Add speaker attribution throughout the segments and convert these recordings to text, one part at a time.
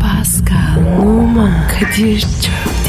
Speaker 1: Pascal, Oman, Kadir çok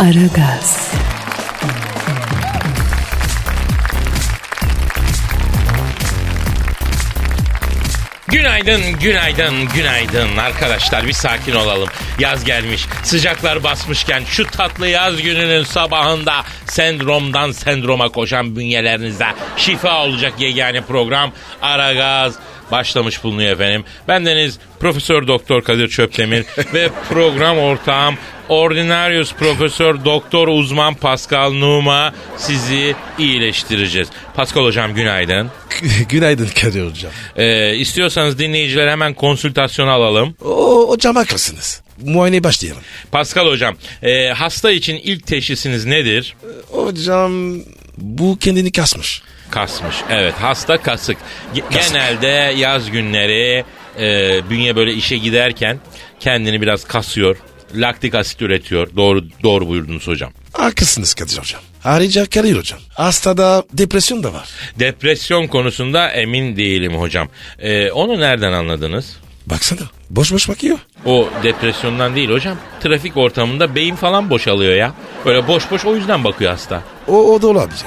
Speaker 1: Aragaz,
Speaker 2: Günaydın, günaydın, günaydın. Arkadaşlar bir sakin olalım. Yaz gelmiş, sıcaklar basmışken şu tatlı yaz gününün sabahında sendromdan sendroma koşan bünyelerinize şifa olacak yegane program Aragaz başlamış bulunuyor efendim. Bendeniz Profesör Doktor Kadir Çöptemir ve program ortağım Ordinarius Profesör Doktor Uzman Pascal Numa sizi iyileştireceğiz. Pascal hocam günaydın.
Speaker 3: Günaydın Kadir hocam.
Speaker 2: Ee, istiyorsanız dinleyiciler hemen konsültasyon alalım.
Speaker 3: O, hocam haklısınız. Muayene başlayalım.
Speaker 2: Pascal hocam, e, hasta için ilk teşhisiniz nedir?
Speaker 3: Hocam bu kendini kasmış.
Speaker 2: Kasmış. Evet, hasta kasık. Ge- Genelde yaz günleri e, bünye böyle işe giderken kendini biraz kasıyor. Laktik asit üretiyor. Doğru doğru buyurdunuz hocam.
Speaker 3: Haklısınız Kadir hocam. Ayrıca Kadir hocam. Hastada depresyon da var.
Speaker 2: Depresyon konusunda emin değilim hocam. E, onu nereden anladınız?
Speaker 3: Baksana boş boş bakıyor.
Speaker 2: O depresyondan değil hocam. Trafik ortamında beyin falan boşalıyor ya. Böyle boş boş o yüzden bakıyor hasta.
Speaker 3: O, o da olabilir.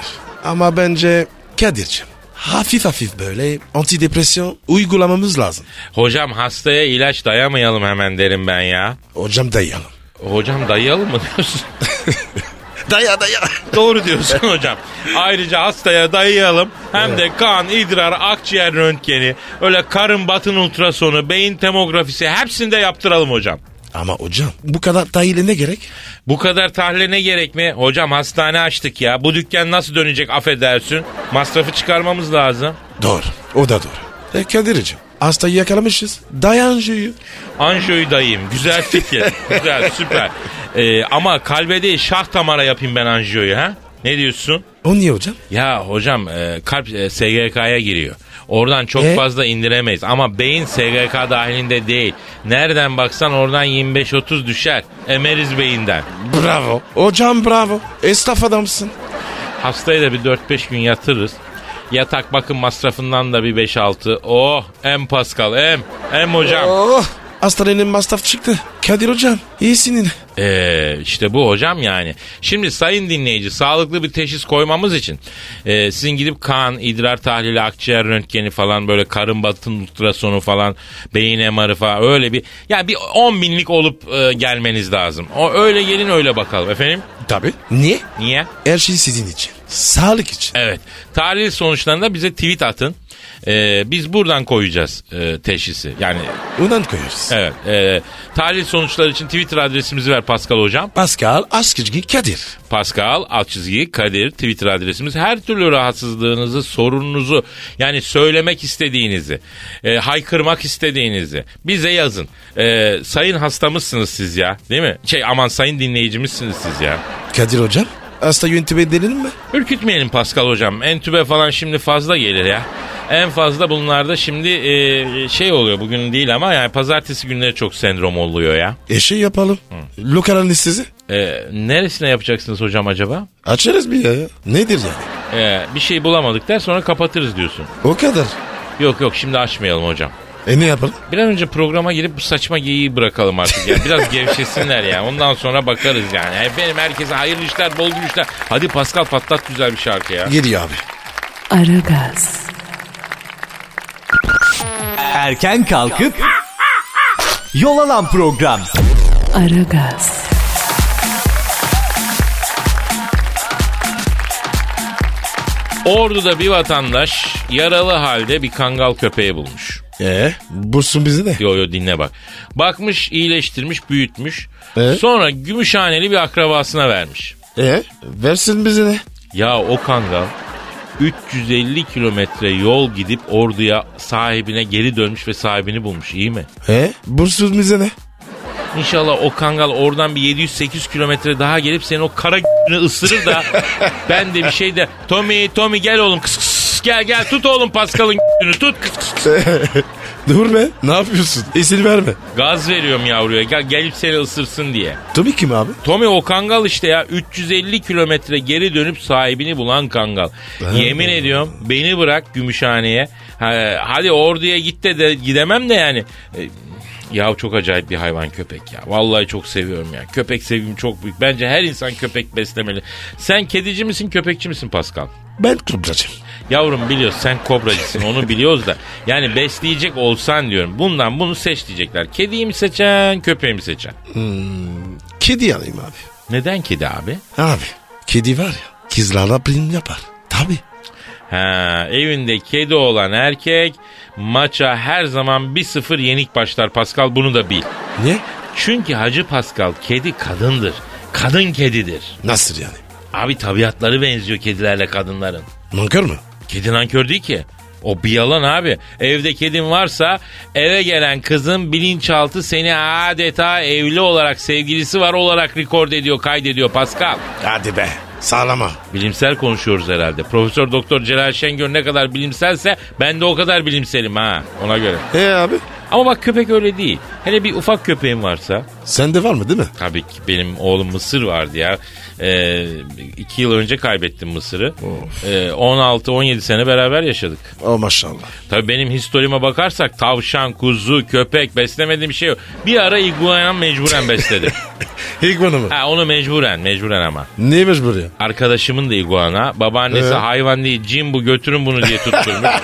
Speaker 3: Ama bence Kadir'cim hafif hafif böyle antidepresyon uygulamamız lazım.
Speaker 2: Hocam hastaya ilaç dayamayalım hemen derim ben ya.
Speaker 3: Hocam dayayalım.
Speaker 2: Hocam dayayalım mı diyorsun?
Speaker 3: Daya daya.
Speaker 2: Doğru diyorsun hocam. Ayrıca hastaya dayayalım. Hem de kan, idrar, akciğer röntgeni, öyle karın batın ultrasonu, beyin tomografisi hepsini de yaptıralım hocam.
Speaker 3: Ama hocam bu kadar dayıyla ne gerek?
Speaker 2: Bu kadar tahlile ne gerek mi? Hocam hastane açtık ya. Bu dükkan nasıl dönecek affedersin. Masrafı çıkarmamız lazım.
Speaker 3: Doğru. O da doğru. E Kadir'cim hastayı yakalamışız. Dayancıyı.
Speaker 2: Anjiyoyu dayayım. Güzel fikir. Güzel süper. Ee, ama kalbe değil şah damara yapayım ben anjiyoyu ha. Ne diyorsun?
Speaker 3: O niye hocam?
Speaker 2: Ya hocam e, kalp e, SGK'ya giriyor. Oradan çok
Speaker 3: E?
Speaker 2: fazla indiremeyiz. Ama beyin SGK dahilinde değil. Nereden baksan oradan 25-30 düşer. Emeriz beyinden.
Speaker 3: Bravo. Hocam bravo. Esnaf adamsın.
Speaker 2: Hastayı da bir 4-5 gün yatırırız. Yatak bakım masrafından da bir 5-6. Oh em Pascal em. Em hocam.
Speaker 3: Oh. Hastanenin masraf çıktı. Kadir hocam iyisinin.
Speaker 2: Ee, işte bu hocam yani. Şimdi sayın dinleyici sağlıklı bir teşhis koymamız için e, sizin gidip kan, idrar tahlili, akciğer röntgeni falan böyle karın batın ultrasonu falan beyin MR'ı falan öyle bir ya bir 10 binlik olup e, gelmeniz lazım. O öyle gelin öyle bakalım efendim.
Speaker 3: Tabii. Niye?
Speaker 2: Niye?
Speaker 3: Her şey sizin için. Sağlık için.
Speaker 2: Evet. Tahlil sonuçlarında bize tweet atın. E, biz buradan koyacağız e, teşhisi. Yani
Speaker 3: Ondan koyarız.
Speaker 2: evet. E, tahlil sonuçları için Twitter adresimizi ver Pascal hocam.
Speaker 3: Pascal Askizgi Kadir.
Speaker 2: Pascal alt çizgi Kadir Twitter adresimiz. Her türlü rahatsızlığınızı, sorununuzu yani söylemek istediğinizi, e, haykırmak istediğinizi bize yazın. E, sayın hastamızsınız siz ya değil mi? Şey aman sayın dinleyicimizsiniz siz ya.
Speaker 3: Kadir hocam hasta yöntemi edelim mi?
Speaker 2: Ürkütmeyelim Pascal hocam. Entübe falan şimdi fazla gelir ya. En fazla bunlarda şimdi e, şey oluyor bugün değil ama yani pazartesi günleri çok sendrom oluyor ya.
Speaker 3: E şey yapalım. Lokal anestezi.
Speaker 2: E, neresine yapacaksınız hocam acaba?
Speaker 3: Açarız bir ya. Nedir yani?
Speaker 2: E, bir şey bulamadık der sonra kapatırız diyorsun.
Speaker 3: O kadar.
Speaker 2: Yok yok şimdi açmayalım hocam.
Speaker 3: E ne yapalım?
Speaker 2: Bir an önce programa girip bu saçma geyiği bırakalım artık ya. Biraz gevşesinler ya. Ondan sonra bakarız yani. Efendim herkese hayırlı işler, bol gülüşler. Hadi Pascal patlat güzel bir şarkı ya.
Speaker 3: Geliyor abi.
Speaker 1: Aragaz,
Speaker 4: Erken kalkıp yol alan program.
Speaker 1: Aragaz,
Speaker 2: Ordu'da bir vatandaş yaralı halde bir kangal köpeği bulmuş.
Speaker 3: E bulsun bizi de.
Speaker 2: Yo yo dinle bak. Bakmış, iyileştirmiş, büyütmüş.
Speaker 3: Evet.
Speaker 2: Sonra Gümüşhaneli bir akrabasına vermiş.
Speaker 3: E versin bizi de.
Speaker 2: Ya o kangal 350 kilometre yol gidip Ordu'ya sahibine geri dönmüş ve sahibini bulmuş iyi mi?
Speaker 3: E bulsun bizi de.
Speaker 2: İnşallah o kangal oradan bir 700-800 kilometre daha gelip senin o kara ısırır da ben de bir şey de Tommy Tommy gel oğlum kıs kıs gel gel tut oğlum Pascal'ın tut kıs kıs
Speaker 3: Dur be. Ne yapıyorsun? Esir verme.
Speaker 2: Gaz veriyorum yavruya gel, gelip seni ısırsın diye.
Speaker 3: Tabii kim abi?
Speaker 2: Tommy o kangal işte ya 350 kilometre geri dönüp sahibini bulan kangal. Yemin ediyorum beni bırak Gümüşhane'ye. Ha, hadi orduya git de, de gidemem de yani. E, Ya çok acayip bir hayvan köpek ya. Vallahi çok seviyorum ya. Köpek sevgim çok büyük. Bence her insan köpek beslemeli. Sen kedici misin köpekçi misin Pascal?
Speaker 3: Ben kubracım.
Speaker 2: Yavrum biliyoruz sen kobracısın onu biliyoruz da. Yani besleyecek olsan diyorum. Bundan bunu seç diyecekler. Kediyi mi seçen köpeği mi seçen?
Speaker 3: Kedi alayım abi.
Speaker 2: Neden kedi abi?
Speaker 3: Abi. Kedi var ya. Kızlarla prim yapar. Tabii.
Speaker 2: Ha, evinde kedi olan erkek maça her zaman 1-0 yenik başlar Pascal bunu da bil.
Speaker 3: Niye?
Speaker 2: Çünkü Hacı Pascal kedi kadındır. Kadın kedidir.
Speaker 3: Nasıl yani?
Speaker 2: Abi tabiatları benziyor kedilerle kadınların.
Speaker 3: Nankör mü?
Speaker 2: Kedi nankör değil ki. O bir yalan abi. Evde kedin varsa eve gelen kızın bilinçaltı seni adeta evli olarak sevgilisi var olarak rekord ediyor kaydediyor Pascal.
Speaker 3: Hadi be. Sağlama.
Speaker 2: Bilimsel konuşuyoruz herhalde. Profesör Doktor Celal Şengör ne kadar bilimselse ben de o kadar bilimselim ha ona göre.
Speaker 3: E abi?
Speaker 2: Ama bak köpek öyle değil. Hele bir ufak köpeğim varsa.
Speaker 3: Sende var mı değil mi?
Speaker 2: Tabii ki benim oğlum Mısır vardı ya. Ee, iki yıl önce kaybettim Mısır'ı. Ee, 16-17 sene beraber yaşadık.
Speaker 3: O maşallah.
Speaker 2: Tabii benim historime bakarsak tavşan, kuzu, köpek beslemediğim bir şey yok. Bir ara iguana mecburen besledim.
Speaker 3: Higman'ı mı?
Speaker 2: ha onu mecburen, mecburen ama.
Speaker 3: Neymiş buraya?
Speaker 2: Arkadaşımın da iguana. Babaannesi
Speaker 3: Ee?
Speaker 2: hayvan değil cin bu götürün bunu diye tutturmuş.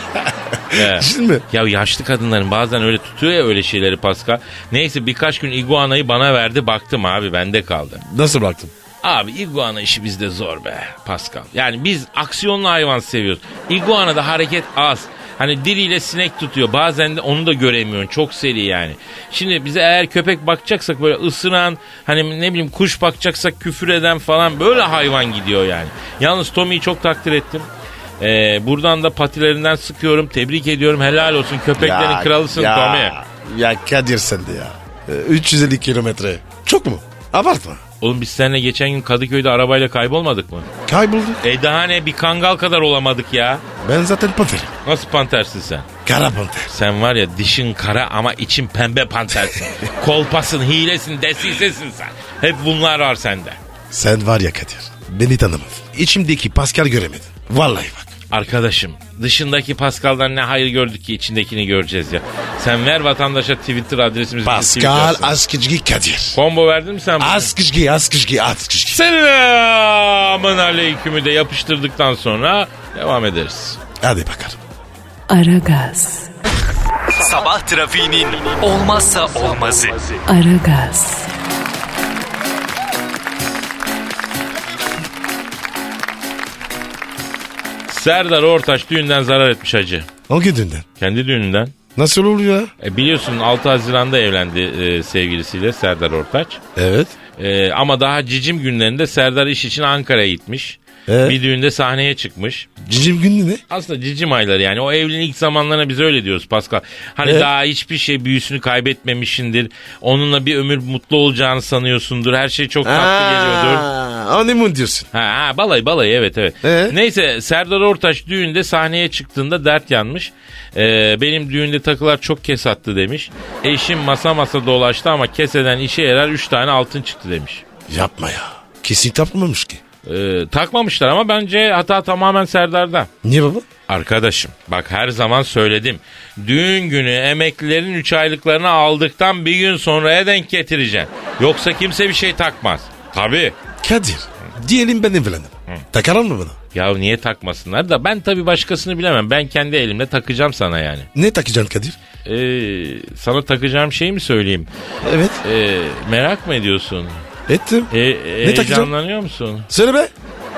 Speaker 2: Ee,
Speaker 3: Cin mi?
Speaker 2: Ya yaşlı kadınların bazen öyle tutuyor ya öyle şeyleri Pascal. Neyse birkaç gün iguanayı bana verdi baktım abi bende kaldı.
Speaker 3: Nasıl bıraktın?
Speaker 2: Abi iguana işi bizde zor be Pascal. Yani biz aksiyonlu hayvan seviyoruz. Iguana'da hareket az. Hani diliyle sinek tutuyor. Bazen de onu da göremiyorsun. Çok seri yani. Şimdi bize eğer köpek bakacaksak böyle ısıran hani ne bileyim kuş bakacaksak küfür eden falan böyle hayvan gidiyor yani. Yalnız Tommy'yi çok takdir ettim. Ee, buradan da patilerinden sıkıyorum. Tebrik ediyorum. Helal olsun. Köpeklerin kralısın Tommy.
Speaker 3: Ya Kadir sende ya. Ee, 350 kilometre. Çok mu? Abartma.
Speaker 2: Oğlum biz seninle geçen gün Kadıköy'de arabayla kaybolmadık mı?
Speaker 3: Kayboldu.
Speaker 2: E daha ne bir kangal kadar olamadık ya.
Speaker 3: Ben zaten panterim.
Speaker 2: Nasıl pantersin sen?
Speaker 3: Kara panter.
Speaker 2: Sen var ya dişin kara ama için pembe pantersin. Kolpasın, hilesin, desisesin sen. Hep bunlar var sende.
Speaker 3: Sen var ya Kadir. Beni tanımadın. İçimdeki Pascal göremedin. Vallahi bak.
Speaker 2: Arkadaşım dışındaki Pascal'dan ne hayır gördük ki içindekini göreceğiz ya. Sen ver vatandaşa Twitter adresimizi. biz
Speaker 3: Pascal
Speaker 2: tweetliyorsun.
Speaker 3: Askizgi Kadir.
Speaker 2: Combo verdin mi sen? bunu?
Speaker 3: Askizgi, Askizgi, Askizgi.
Speaker 2: Selamın aleykümü de yapıştırdıktan sonra devam ederiz.
Speaker 3: Hadi bakalım.
Speaker 1: Aragaz,
Speaker 4: Sabah trafiğinin olmazsa olmazı.
Speaker 1: Aragaz,
Speaker 2: Serdar Ortaç düğünden zarar etmiş hacı.
Speaker 3: Hangi dünden?
Speaker 2: Kendi düğününden.
Speaker 3: Nasıl oluyor ya?
Speaker 2: E, biliyorsun 6 Haziran'da evlendi e, sevgilisiyle Serdar Ortaç.
Speaker 3: Evet.
Speaker 2: Ee, ama daha cicim günlerinde Serdar iş için Ankara'ya gitmiş.
Speaker 3: Ee?
Speaker 2: Bir düğünde sahneye çıkmış.
Speaker 3: Cicim günü ne?
Speaker 2: Aslında cicim ayları yani o evliliğin ilk zamanlarına biz öyle diyoruz Pascal. Hani
Speaker 3: Ee?
Speaker 2: daha hiçbir şey büyüsünü kaybetmemişindir. Onunla bir ömür mutlu olacağını sanıyorsundur. Her şey çok tatlı geliyordur.
Speaker 3: Honeymoon diyorsun.
Speaker 2: Ha, ha balay balay evet evet.
Speaker 3: Ee?
Speaker 2: Neyse Serdar Ortaç düğünde sahneye çıktığında dert yanmış. Ee, benim düğünde takılar çok kesattı demiş. Eşim masa masa dolaştı ama keseden işe yarar 3 tane altın çıktı demiş.
Speaker 3: Yapma ya. Kesin tapmamış ki.
Speaker 2: Ee, takmamışlar ama bence hata tamamen Serdar'da.
Speaker 3: Niye baba?
Speaker 2: Arkadaşım bak her zaman söyledim. Düğün günü emeklilerin 3 aylıklarını aldıktan bir gün sonraya denk getireceksin. Yoksa kimse bir şey takmaz. Tabii.
Speaker 3: Kadir. Diyelim ben evlendim. Takarım mı bana?
Speaker 2: Ya niye takmasınlar da ben tabii başkasını bilemem. Ben kendi elimle takacağım sana yani.
Speaker 3: Ne takacaksın Kadir?
Speaker 2: Ee, sana takacağım şeyi mi söyleyeyim?
Speaker 3: Evet.
Speaker 2: Ee, merak mı ediyorsun?
Speaker 3: Ettim.
Speaker 2: Ee,
Speaker 3: takacağım?
Speaker 2: heyecanlanıyor musun?
Speaker 3: Söyle be.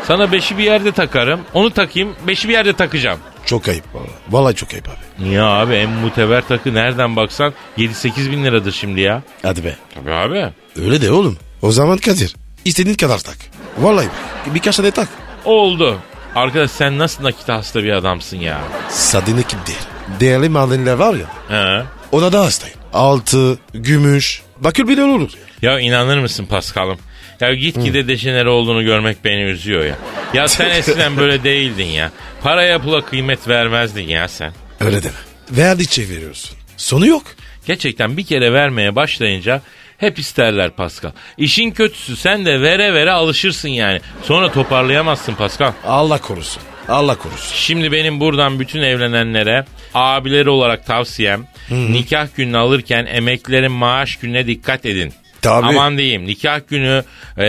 Speaker 2: Sana beşi bir yerde takarım. Onu takayım. Beşi bir yerde takacağım.
Speaker 3: Çok ayıp valla. Vallahi çok ayıp abi.
Speaker 2: Niye abi en muteber takı nereden baksan 7-8 bin liradır şimdi ya.
Speaker 3: Hadi be.
Speaker 2: Tabii abi.
Speaker 3: Öyle de oğlum. O zaman Kadir. İstediğin kadar tak. Vallahi bak. Birkaç tane tak.
Speaker 2: Oldu. Arkadaş sen nasıl nakit hasta bir adamsın ya.
Speaker 3: Sadine kim değil. Değerli madenler var ya.
Speaker 2: He.
Speaker 3: Ona da hastayım. Altı, gümüş, bakır bile olur.
Speaker 2: Ya inanır mısın Paskal'ım? Ya gitgide dejenere olduğunu görmek beni üzüyor ya. Ya sen eskiden böyle değildin ya. Paraya pula kıymet vermezdin ya sen.
Speaker 3: Öyle deme. Verdikçe veriyorsun. Sonu yok.
Speaker 2: Gerçekten bir kere vermeye başlayınca hep isterler Pascal. İşin kötüsü sen de vere vere alışırsın yani. Sonra toparlayamazsın Pascal.
Speaker 3: Allah korusun. Allah korusun.
Speaker 2: Şimdi benim buradan bütün evlenenlere abileri olarak tavsiyem nikah gününü alırken emeklilerin maaş gününe dikkat edin.
Speaker 3: Tabii.
Speaker 2: Aman diyeyim nikah günü e,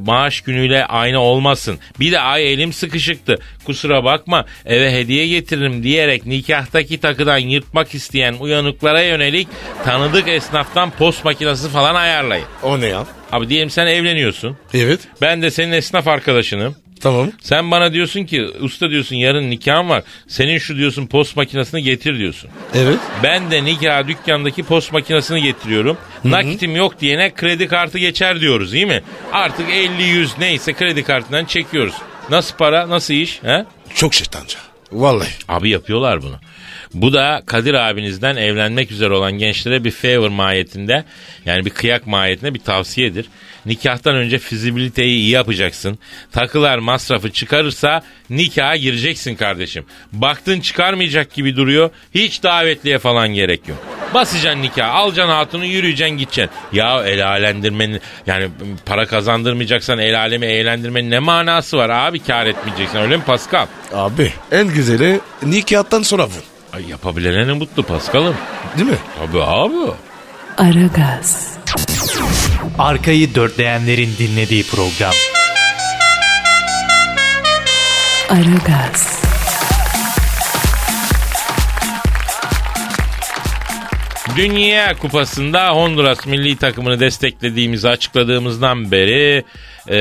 Speaker 2: maaş günüyle aynı olmasın. Bir de ay elim sıkışıktı kusura bakma eve hediye getiririm diyerek nikahtaki takıdan yırtmak isteyen uyanıklara yönelik tanıdık esnaftan post makinesi falan ayarlayın.
Speaker 3: O ne ya?
Speaker 2: Abi diyelim sen evleniyorsun
Speaker 3: Evet.
Speaker 2: ben de senin esnaf arkadaşınım.
Speaker 3: Tamam.
Speaker 2: Sen bana diyorsun ki usta diyorsun yarın nikahım var. Senin şu diyorsun post makinesini getir diyorsun.
Speaker 3: Evet.
Speaker 2: Ben de nikah dükkandaki post makinesini getiriyorum. Nakitim yok diyene kredi kartı geçer diyoruz değil mi? Artık 50-100 neyse kredi kartından çekiyoruz. Nasıl para nasıl iş? He?
Speaker 3: Çok şeytanca. Vallahi.
Speaker 2: Abi yapıyorlar bunu. Bu da Kadir abinizden evlenmek üzere olan gençlere bir favor mahiyetinde yani bir kıyak mahiyetinde bir tavsiyedir. Nikahtan önce fizibiliteyi iyi yapacaksın. Takılar masrafı çıkarırsa nikaha gireceksin kardeşim. Baktın çıkarmayacak gibi duruyor. Hiç davetliye falan gerek yok. Basacaksın nikah, alacaksın hatunu, yürüyeceksin, gideceksin. Ya el alendirmenin, yani para kazandırmayacaksan el alemi eğlendirmenin ne manası var abi kar etmeyeceksin öyle mi Pascal?
Speaker 3: Abi en güzeli nikahtan sonra vur.
Speaker 2: Ay yapabilene mutlu Paskal'ım.
Speaker 3: Değil mi?
Speaker 2: Tabii abi.
Speaker 1: Aragaz,
Speaker 4: Arkayı dörtleyenlerin dinlediği program.
Speaker 1: Aragaz,
Speaker 2: Dünya Kupası'nda Honduras milli takımını desteklediğimizi açıkladığımızdan beri e,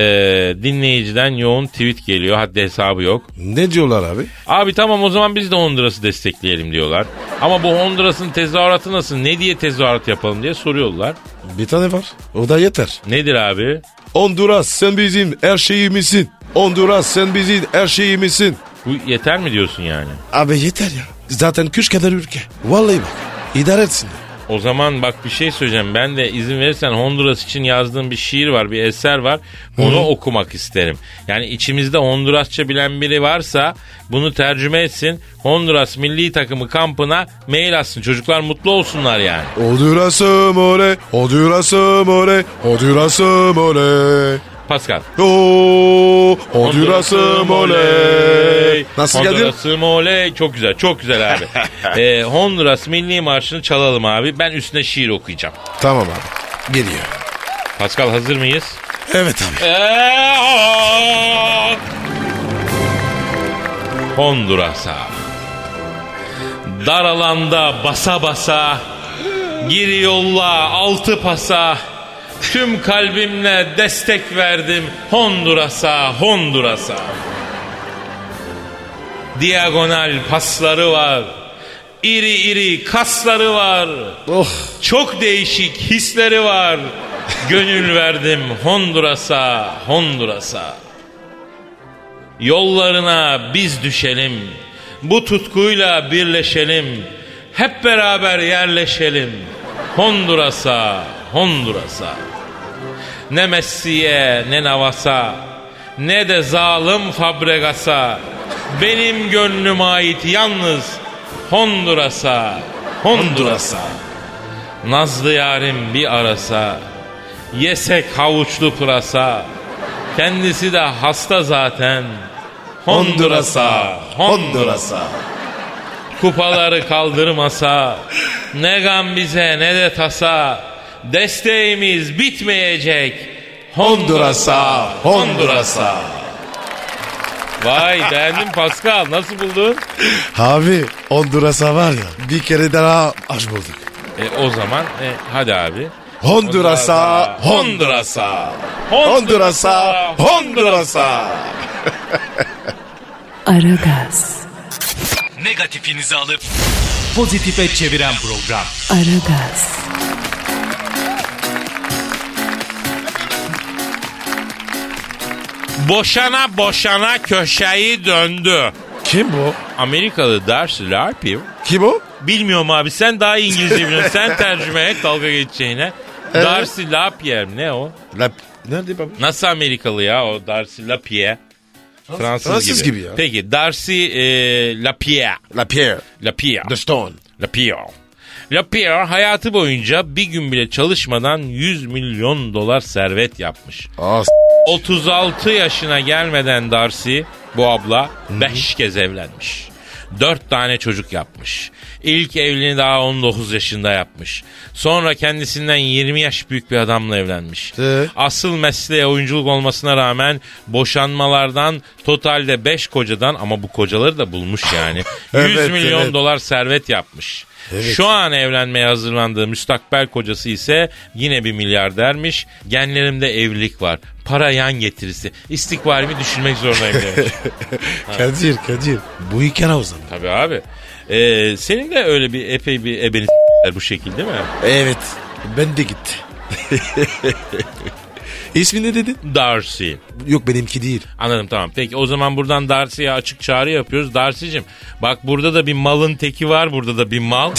Speaker 2: dinleyiciden yoğun tweet geliyor. Haddi hesabı yok.
Speaker 3: Ne diyorlar abi?
Speaker 2: Abi tamam o zaman biz de Honduras'ı destekleyelim diyorlar. Ama bu Honduras'ın tezahüratı nasıl? Ne diye tezahürat yapalım diye soruyorlar.
Speaker 3: Bir tane var. O da yeter.
Speaker 2: Nedir abi?
Speaker 3: Honduras sen bizim her şeyimizsin. Honduras sen bizim her şeyimizsin.
Speaker 2: Bu yeter mi diyorsun yani?
Speaker 3: Abi yeter ya. Zaten küş kadar ülke. Vallahi bak. İdare etsin.
Speaker 2: O zaman bak bir şey söyleyeceğim. Ben de izin verirsen Honduras için yazdığım bir şiir var, bir eser var. Onu okumak isterim. Yani içimizde Hondurasça bilen biri varsa bunu tercüme etsin. Honduras milli takımı kampına mail atsın. Çocuklar mutlu olsunlar yani.
Speaker 3: Honduras'ım ole. Honduras'ım ole. Honduras'ım ole.
Speaker 2: Pascal.
Speaker 3: Oo, Honduras'ım oley. Nasıl geldi?
Speaker 2: Honduras'ım oley. Çok güzel, çok güzel abi. Ee, Honduras milli marşını çalalım abi. Ben üstüne şiir okuyacağım.
Speaker 3: Tamam abi. Geliyor.
Speaker 2: Pascal hazır mıyız?
Speaker 3: Evet abi.
Speaker 2: Ee, Eh, Honduras'a Dar alanda basa basa Gir yolla altı pasa Tüm kalbimle destek verdim Honduras'a Honduras'a Diagonal pasları var İri iri kasları var
Speaker 3: Oh.
Speaker 2: çok değişik hisleri var. Gönül verdim Honduras'a, Honduras'a. Yollarına biz düşelim. Bu tutkuyla birleşelim. Hep beraber yerleşelim. Honduras'a, Honduras'a. Ne Messi'ye ne Navas'a ne de zalim Fabregas'a. Benim gönlüm ait yalnız Honduras'a, Honduras'a. Nazlı yarim bir arasa Yesek havuçlu pırasa Kendisi de hasta zaten Honduras'a Honduras'a Kupaları kaldırmasa Ne gam bize ne de tasa Desteğimiz bitmeyecek Honduras'a Honduras'a Vay beğendin Pascal nasıl buldun?
Speaker 3: Abi Honduras'a var ya bir kere daha aç bulduk.
Speaker 2: E, o zaman e, hadi abi
Speaker 3: Honduras'a,
Speaker 2: Honduras'a,
Speaker 3: Honduras'a, Honduras'a.
Speaker 1: Aragaz,
Speaker 4: Negatifinizi alıp pozitife çeviren program.
Speaker 1: Aragaz,
Speaker 2: Boşana boşana köşeyi döndü.
Speaker 3: Kim bu?
Speaker 2: Amerikalı Darcy Larpie.
Speaker 3: Kim o?
Speaker 2: Bilmiyorum abi sen daha iyi İngilizce biliyorsun. sen tercüme et dalga geçeceğine. Darcy Lapierre mi? ne o?
Speaker 3: La... Nerede baba?
Speaker 2: Nasıl Amerikalı ya o Darcy Lapierre? Fransız,
Speaker 3: Fransız gibi ya.
Speaker 2: Peki Darcy e, Lapierre.
Speaker 3: La Pierre.
Speaker 2: Lapierre.
Speaker 3: The Stone.
Speaker 2: Lapierre. Lapierre hayatı boyunca bir gün bile çalışmadan 100 milyon dolar servet yapmış.
Speaker 3: Aa,
Speaker 2: 36 yaşına gelmeden Darcy bu abla 5 kez evlenmiş. 4 tane çocuk yapmış. İlk evliliğini daha 19 yaşında yapmış. Sonra kendisinden 20 yaş büyük bir adamla evlenmiş.
Speaker 3: Ee?
Speaker 2: Asıl mesleğe oyunculuk olmasına rağmen boşanmalardan totalde 5 kocadan ama bu kocaları da bulmuş yani. 100
Speaker 3: Evet,
Speaker 2: milyon
Speaker 3: evet.
Speaker 2: dolar servet yapmış. Şu an evlenmeye hazırlandığı müstakbel kocası ise yine bir milyardermiş. Genlerimde evlilik var. Para yan getirisi. İstikbalimi düşünmek zorundayım demiş.
Speaker 3: Kadir Kadir. Bu hikaye o zaman.
Speaker 2: Tabii abi. Ee, senin de öyle bir epey bir ebeni bu şekilde değil mi?
Speaker 3: Evet. Ben de gitti. İsmi ne dedin?
Speaker 2: Darcy.
Speaker 3: Yok benimki değil.
Speaker 2: Anladım tamam. Peki o zaman buradan Darcy'ye açık çağrı yapıyoruz. Darcy'cim bak burada da bir malın teki var. Burada da bir mal.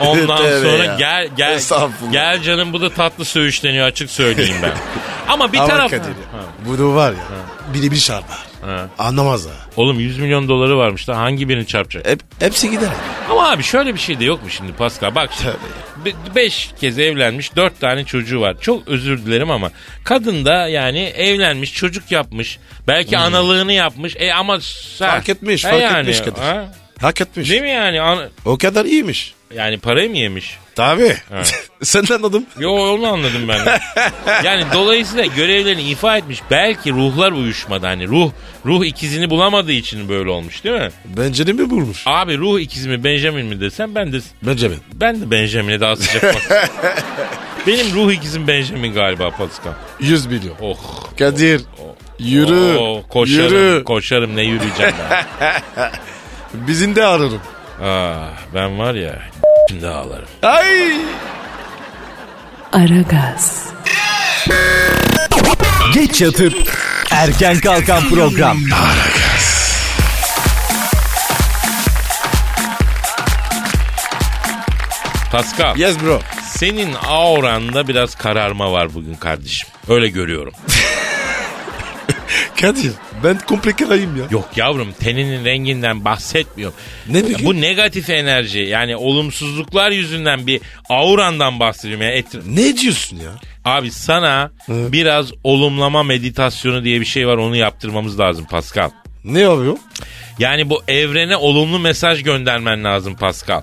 Speaker 2: Ondan
Speaker 3: Tövbe
Speaker 2: sonra
Speaker 3: ya.
Speaker 2: gel gel
Speaker 3: Estağfurullah.
Speaker 2: gel canım bu da tatlı söğüşleniyor açık söyleyeyim ben. Ama bir
Speaker 3: Ama
Speaker 2: taraf
Speaker 3: Kadir. Bu da var ya. Biri bir şarlar. Anlamaz ha.
Speaker 2: Oğlum 100 milyon doları varmış da hangi birini çarpacak?
Speaker 3: Hep, hepsi gider.
Speaker 2: Ama abi şöyle bir şey de yok mu şimdi Pascal? Bak şimdi, be- beş kez evlenmiş dört tane çocuğu var. Çok özür dilerim ama kadın da yani evlenmiş çocuk yapmış. Belki analığını yapmış. E ama sen-
Speaker 3: Hmm. Fark etmiş,
Speaker 2: E
Speaker 3: fark etmiş Kadir.
Speaker 2: ha?
Speaker 3: Hak etmiş.
Speaker 2: Değil mi yani? An-
Speaker 3: O kadar iyiymiş.
Speaker 2: yani parayı mı yemiş?
Speaker 3: Tabii. Senden anladım.
Speaker 2: Yo onu anladım ben. de. yani dolayısıyla görevlerini ifa etmiş. Belki ruhlar uyuşmadı hani ruh ruh ikizini bulamadığı için böyle olmuş değil mi?
Speaker 3: Bence de mi bulmuş?
Speaker 2: Abi ruh ikizi mi Benjamin mi desem ben de
Speaker 3: Bence ben.
Speaker 2: Ben de Benjamin'e daha sıcak bak. Benim ruh ikizim Benjamin galiba Pascal.
Speaker 3: 100 milyon.
Speaker 2: Oh.
Speaker 3: Kadir. Yürü.
Speaker 2: Oh, koşarım,
Speaker 3: Yürü.
Speaker 2: koşarım ne yürüyeceğim ben.
Speaker 3: Bizim de ararım.
Speaker 2: ah, ben var ya şimdi ağlarım.
Speaker 3: Ay.
Speaker 1: Aragaz,
Speaker 4: Geç yatıp erken kalkan program.
Speaker 2: Pascal,
Speaker 3: Yes bro.
Speaker 2: senin auranda biraz kararma var bugün kardeşim. Öyle görüyorum.
Speaker 3: Kadir. Ben komplikalıyım ya.
Speaker 2: Yok yavrum teninin renginden bahsetmiyorum.
Speaker 3: Ne peki?
Speaker 2: Bu negatif enerji yani olumsuzluklar yüzünden bir aurandan bahsediyorum. Yani et-
Speaker 3: Ne diyorsun ya?
Speaker 2: Abi sana biraz olumlama meditasyonu diye bir şey var onu yaptırmamız lazım Pascal.
Speaker 3: Ne yapıyor?
Speaker 2: Yani bu evrene olumlu mesaj göndermen lazım Pascal.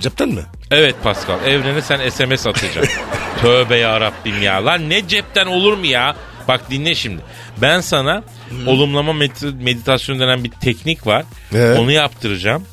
Speaker 3: Cepten mi?
Speaker 2: Evet Pascal evrene sen SMS atacaksın. Tövbe yarabbim ya lan ne cepten olur mu ya? Bak dinle şimdi. Ben sana olumlama med- meditasyonu denen bir teknik var.
Speaker 3: Ee?
Speaker 2: Onu yaptıracağım.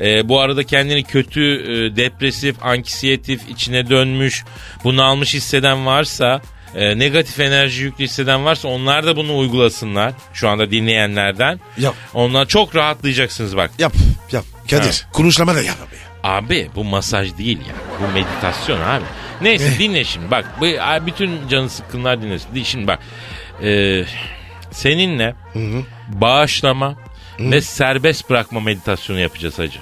Speaker 2: Ee, bu arada kendini kötü, e, depresif, anksiyetif, içine dönmüş, bunalmış hisseden varsa, e, negatif enerji yüklü hisseden varsa onlar da bunu uygulasınlar. Şu anda dinleyenlerden.
Speaker 3: Yap.
Speaker 2: Onlar çok rahatlayacaksınız bak.
Speaker 3: Yap. Yap. Kadir. Konuşlama da yap abi. ya.
Speaker 2: Abi bu masaj değil ya. Bu meditasyon abi. Neyse dinle şimdi bak. Bu, a- bütün canı sıkkınlar dinlesin. Di- Şimdi bak. Ee, seninle bağışlama ve serbest bırakma meditasyonu yapacağız hacı.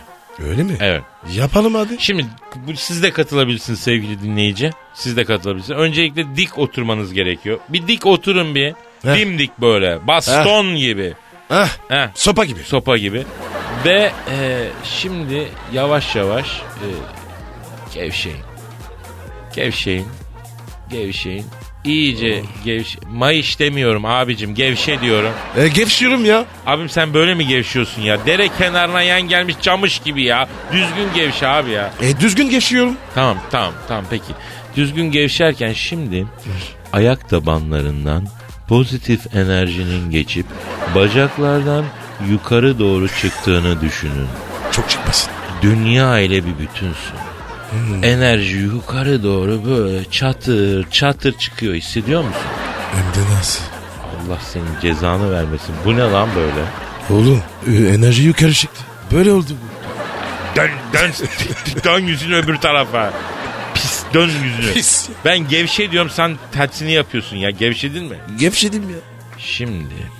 Speaker 3: Öyle mi?
Speaker 2: Evet.
Speaker 3: Yapalım hadi.
Speaker 2: Şimdi bu, siz de katılabilirsiniz sevgili dinleyici. Siz de katılabilirsiniz. Öncelikle dik oturmanız gerekiyor. Bir dik oturun bir.
Speaker 3: Heh.
Speaker 2: Dimdik böyle. Baston gibi.
Speaker 3: Heh.
Speaker 2: Heh
Speaker 3: Sopa gibi.
Speaker 2: sopa gibi. Ve e, şimdi yavaş yavaş e, gevşeyin. Gevşeyin. Gevşeyin. İyice gevş... Mayış demiyorum abicim gevşe diyorum.
Speaker 3: E, gevşiyorum ya.
Speaker 2: Abim sen böyle mi gevşiyorsun ya? Dere kenarına yan gelmiş camış gibi ya. Düzgün gevşe abi ya.
Speaker 3: E, düzgün gevşiyorum.
Speaker 2: Tamam tamam tamam peki. Düzgün gevşerken şimdi ayak tabanlarından pozitif enerjinin geçip bacaklardan yukarı doğru çıktığını düşünün.
Speaker 3: Çok çıkmasın.
Speaker 2: Dünya ile bir bütünsün. Hmm. Enerji yukarı doğru böyle çatır çatır çıkıyor hissediyor musun?
Speaker 3: Hem de nasıl?
Speaker 2: Allah senin cezanı vermesin. Bu ne lan böyle?
Speaker 3: Oğlum e, enerji yukarı çıktı. Böyle oldu bu.
Speaker 2: Dön dön dön yüzünü öbür tarafa. Pis dön yüzünü.
Speaker 3: Pis.
Speaker 2: Ben gevşe diyorum sen tersini yapıyorsun ya gevşedin mi?
Speaker 3: Gevşedim ya.
Speaker 2: Şimdi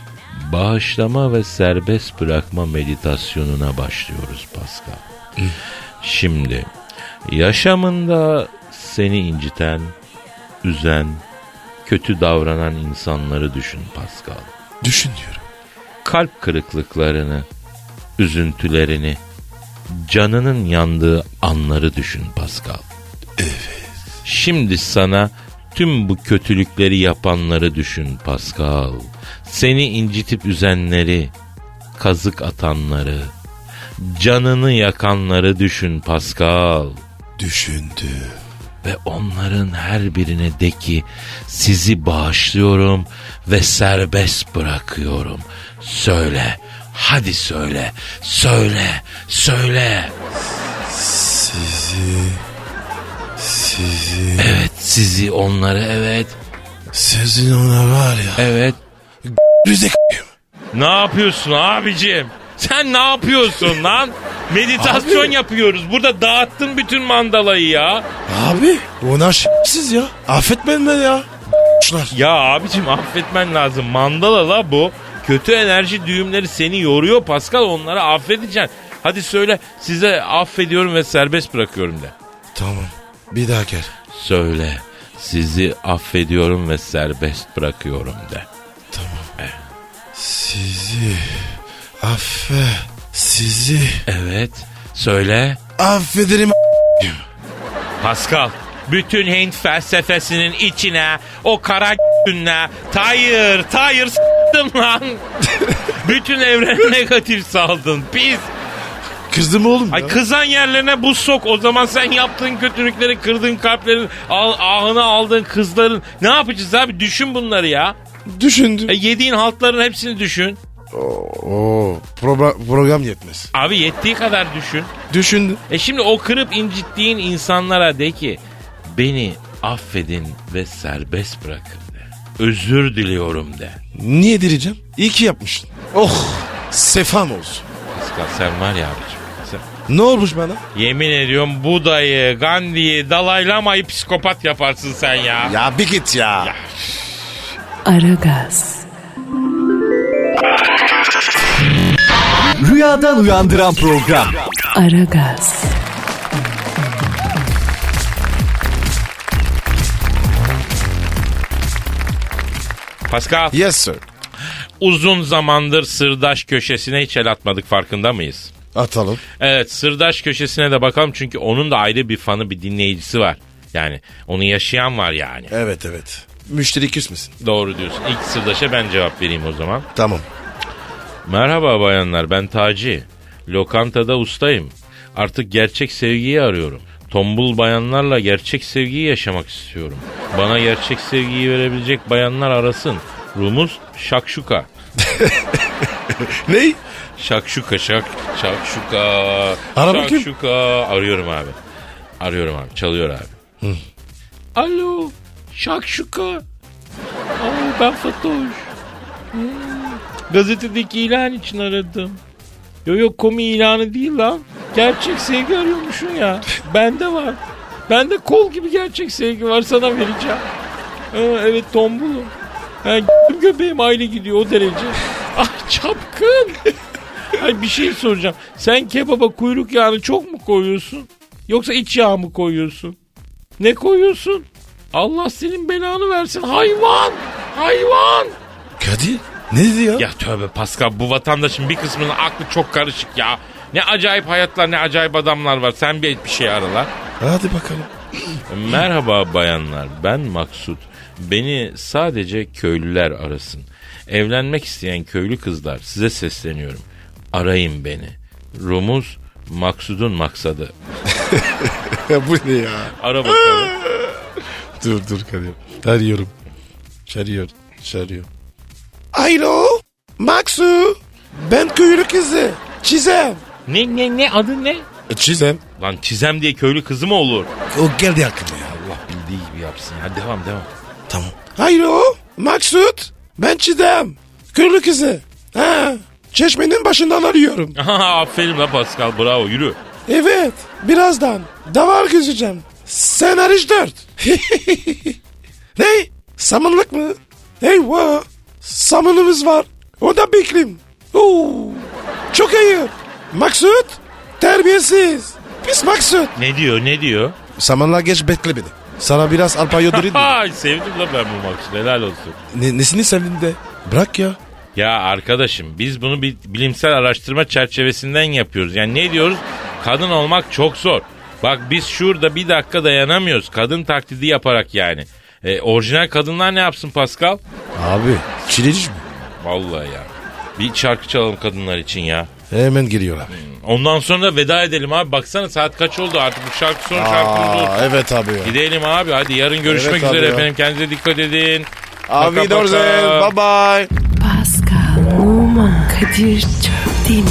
Speaker 2: bağışlama ve serbest bırakma meditasyonuna başlıyoruz Pascal. Şimdi yaşamında seni inciten, üzen, kötü davranan insanları düşün Pascal.
Speaker 3: Düşün diyorum.
Speaker 2: Kalp kırıklıklarını, üzüntülerini, canının yandığı anları düşün Pascal.
Speaker 3: Evet.
Speaker 2: Şimdi sana tüm bu kötülükleri yapanları düşün Pascal. Seni incitip üzenleri, kazık atanları, canını yakanları düşün Pascal.
Speaker 3: Düşündü.
Speaker 2: Ve onların her birine de ki sizi bağışlıyorum ve serbest bırakıyorum. Söyle, hadi söyle, söyle, söyle.
Speaker 3: Sizi. Sizi.
Speaker 2: Evet sizi onları evet,
Speaker 3: Sizin ona var ya.
Speaker 2: evet.
Speaker 3: Rüze
Speaker 2: Ne yapıyorsun abicim? Sen ne yapıyorsun lan? Meditasyon
Speaker 3: Abi.
Speaker 2: yapıyoruz. Burada dağıttın bütün mandalayı ya.
Speaker 3: Abi ona siz ya. Affetmedin beni ya. Şunlar.
Speaker 2: Ya abicim affetmen lazım. Mandala la bu. Kötü enerji düğümleri seni yoruyor Pascal. Onları affedeceksin. Hadi söyle size affediyorum ve serbest bırakıyorum de.
Speaker 3: Tamam. Bir daha gel.
Speaker 2: Söyle sizi affediyorum ve serbest bırakıyorum de.
Speaker 3: Sizi. Affe. Sizi.
Speaker 2: Evet söyle.
Speaker 3: Affederim.
Speaker 2: Pascal bütün Hint felsefesinin içine o kara gününe tayır tayır s**tın lan. bütün evren negatif saldın pis.
Speaker 3: Kızdım oğlum ya.
Speaker 2: Ay kızan yerlerine buz sok o zaman sen yaptığın kötülükleri kırdığın kalplerin al, ahını aldığın kızların ne yapacağız abi düşün bunları ya.
Speaker 3: Düşündüm.
Speaker 2: E, yediğin haltların hepsini düşün.
Speaker 3: Oo, proba- program yetmez.
Speaker 2: Abi yettiği kadar düşün.
Speaker 3: Düşündüm.
Speaker 2: E şimdi o kırıp incittiğin insanlara de ki beni affedin ve serbest bırakın de. Özür diliyorum de.
Speaker 3: Niye direceğim? İyi ki yapmışsın. Oh sefam olsun.
Speaker 2: Pascal sen var ya abicim. sen-
Speaker 3: Ne olmuş bana?
Speaker 2: Yemin ediyorum Buda'yı, Gandhi'yi, Dalai Lama'yı psikopat yaparsın sen ya.
Speaker 3: Ya bir git ya.
Speaker 1: Aragaz,
Speaker 4: Rüyadan uyandıran program.
Speaker 1: Aragaz,
Speaker 2: Pascal
Speaker 3: Yes sir.
Speaker 2: uzun zamandır sırdaş köşesine hiç el atmadık farkında mıyız?
Speaker 3: Atalım.
Speaker 2: Evet sırdaş köşesine de bakalım çünkü onun da ayrı bir fanı bir dinleyicisi var. Yani onu yaşayan var yani.
Speaker 3: Evet evet. Müşteri küsmesin.
Speaker 2: Doğru diyorsun. İlk sırdaşa ben cevap vereyim o zaman.
Speaker 3: Tamam.
Speaker 2: Merhaba bayanlar ben Taci. Lokantada ustayım. Artık gerçek sevgiyi arıyorum. Tombul bayanlarla gerçek sevgiyi yaşamak istiyorum. Bana gerçek sevgiyi verebilecek bayanlar arasın. Rumuz şakşuka.
Speaker 3: Ney?
Speaker 2: Şakşuka şak şakşuka.
Speaker 3: Ara bakayım.
Speaker 2: şakşuka. Arıyorum abi. Arıyorum abi. Çalıyor abi. Alo. Şakşuka. Aa, ben Fatoş. Hmm, Gazetedeki ilan için aradım. Yo yo komi ilanı değil lan. Gerçek sevgi arıyormuşsun ya. Bende var. Bende kol gibi gerçek sevgi var sana vereceğim. Ha, evet tombulum. Ha, göbeğim aile gidiyor o derece. Ah çapkın. Ay bir şey soracağım. Sen kebaba kuyruk yağını çok mu koyuyorsun? Yoksa iç yağ mı koyuyorsun? Ne koyuyorsun? Allah senin belanı versin hayvan! Hayvan!
Speaker 3: Kadir ne dedi ya?
Speaker 2: Ya tövbe Pascal bu vatandaşın bir kısmının aklı çok karışık ya. Ne acayip hayatlar ne acayip adamlar var. Sen bir, bir şey ara lan.
Speaker 3: Hadi bakalım.
Speaker 2: Merhaba bayanlar ben Maksut. Beni sadece köylüler arasın. Evlenmek isteyen köylü kızlar size sesleniyorum. Arayın beni. Rumuz Maksud'un maksadı.
Speaker 3: Ya bu ne ya?
Speaker 2: Ara bakalım.
Speaker 3: Dur dur Kadir. Arıyorum. Çağırıyor. Çağırıyor. Alo. Maksu. Ben köylü kızı. Çizem.
Speaker 2: ne ne ne adı ne?
Speaker 3: E, Çizem.
Speaker 2: Lan çizem diye köylü kızı mı olur?
Speaker 3: O geldi aklıma ya.
Speaker 2: Allah bildiği gibi yapsın ya. Devam devam.
Speaker 3: Tamam. Alo Maksut ben Çiğdem. Kırlı kızı. Ha, çeşmenin başından arıyorum.
Speaker 2: Aferin la Pascal bravo yürü.
Speaker 3: Evet birazdan davar gözeceğim. Sen hariç dört. ne? Samanlık mı? Eyvah. Samanımız var. O da beklim. Oo, çok ayıp. Maksut terbiyesiz. Pis Maksut.
Speaker 2: Ne diyor ne diyor?
Speaker 3: Samanla geç bekle beni. Sana biraz arpayodurit mi?
Speaker 2: Ay sevdim lan ben bu maksud helal olsun.
Speaker 3: Ne, nesini sevdin de? Bırak ya.
Speaker 2: Ya arkadaşım biz bunu bir bilimsel araştırma çerçevesinden yapıyoruz. Yani ne diyoruz? Kadın olmak çok zor. Bak biz şurada bir dakika dayanamıyoruz. Kadın taklidi yaparak yani. E, orijinal kadınlar ne yapsın Pascal?
Speaker 3: Abi çileciş mi?
Speaker 2: Vallahi ya. Bir şarkı çalalım kadınlar için ya.
Speaker 3: Hemen geliyorlar.
Speaker 2: Ondan sonra da veda edelim abi. Baksana saat kaç oldu artık bu şarkı son şarkımız olsun.
Speaker 3: Aa, evet abi ya.
Speaker 2: Gidelim abi hadi yarın görüşmek
Speaker 3: Evet abi
Speaker 2: üzere
Speaker 3: ya.
Speaker 2: efendim. Kendinize dikkat edin.
Speaker 3: Abi
Speaker 2: Paka paka.
Speaker 3: Dorzel bye bye.
Speaker 1: Pascal, Oman, Kadir çok değil mi?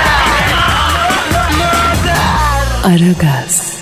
Speaker 1: Aragaz.